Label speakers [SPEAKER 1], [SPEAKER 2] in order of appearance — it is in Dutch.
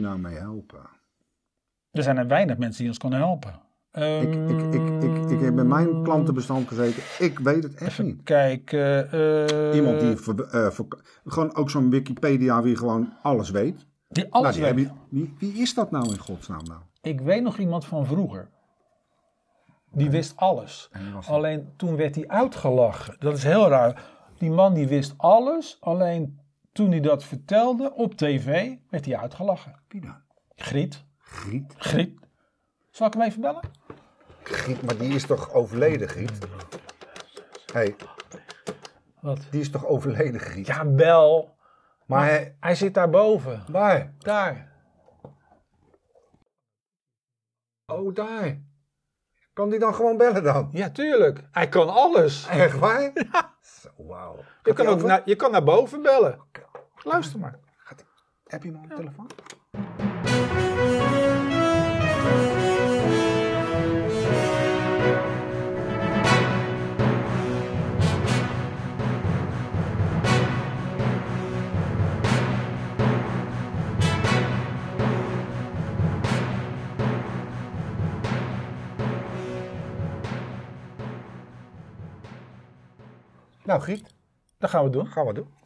[SPEAKER 1] nou
[SPEAKER 2] er zijn er weinig mensen die ons kunnen helpen.
[SPEAKER 1] Ik,
[SPEAKER 2] Ehm,
[SPEAKER 1] ik, ik, ik, ik heb met mijn klantenbestand gezeten. Ik weet het echt niet.
[SPEAKER 2] kijken. eh,
[SPEAKER 1] Iemand die ver- eh, ver- gewoon ook zo'n Wikipedia weer gewoon alles weet.
[SPEAKER 2] die
[SPEAKER 1] Nou,
[SPEAKER 2] alles
[SPEAKER 1] die
[SPEAKER 2] weet.
[SPEAKER 1] hebben- wie, wie is dat nou in godsnaam nou?
[SPEAKER 2] Ik weet nog iemand van vroeger. Die wist alles.
[SPEAKER 1] En die was-
[SPEAKER 2] Alleen toen werd hij uitgelachen. Dat is heel raar. Die man die wist alles. Alleen toen hij dat vertelde op tv, werd hij uitgelachen.
[SPEAKER 1] Wie dan?
[SPEAKER 2] Griet.
[SPEAKER 1] Griet.
[SPEAKER 2] Griet. Zal ik hem even bellen?
[SPEAKER 1] Griet, maar die is toch overleden, Griet? hey,
[SPEAKER 2] Wat?
[SPEAKER 1] die is toch overleden, Griet?
[SPEAKER 2] Ja, bel.
[SPEAKER 1] Maar hij...
[SPEAKER 2] Hij zit daarboven.
[SPEAKER 1] Waar?
[SPEAKER 2] Daar.
[SPEAKER 1] Oh, daar. Kan die dan gewoon bellen dan?
[SPEAKER 2] Ja, tuurlijk. Hij kan alles.
[SPEAKER 1] Echt waar? Zo, wauw.
[SPEAKER 2] Je
[SPEAKER 1] Gaat
[SPEAKER 2] kan,
[SPEAKER 1] die
[SPEAKER 2] ook
[SPEAKER 1] over?
[SPEAKER 2] naar, je kan naar boven bellen. Luister maar.
[SPEAKER 1] Gaat die- Heb je hem op de telefoon? Nou, Griet,
[SPEAKER 2] Dat gaan we doen.
[SPEAKER 1] Nou, gaan we doen.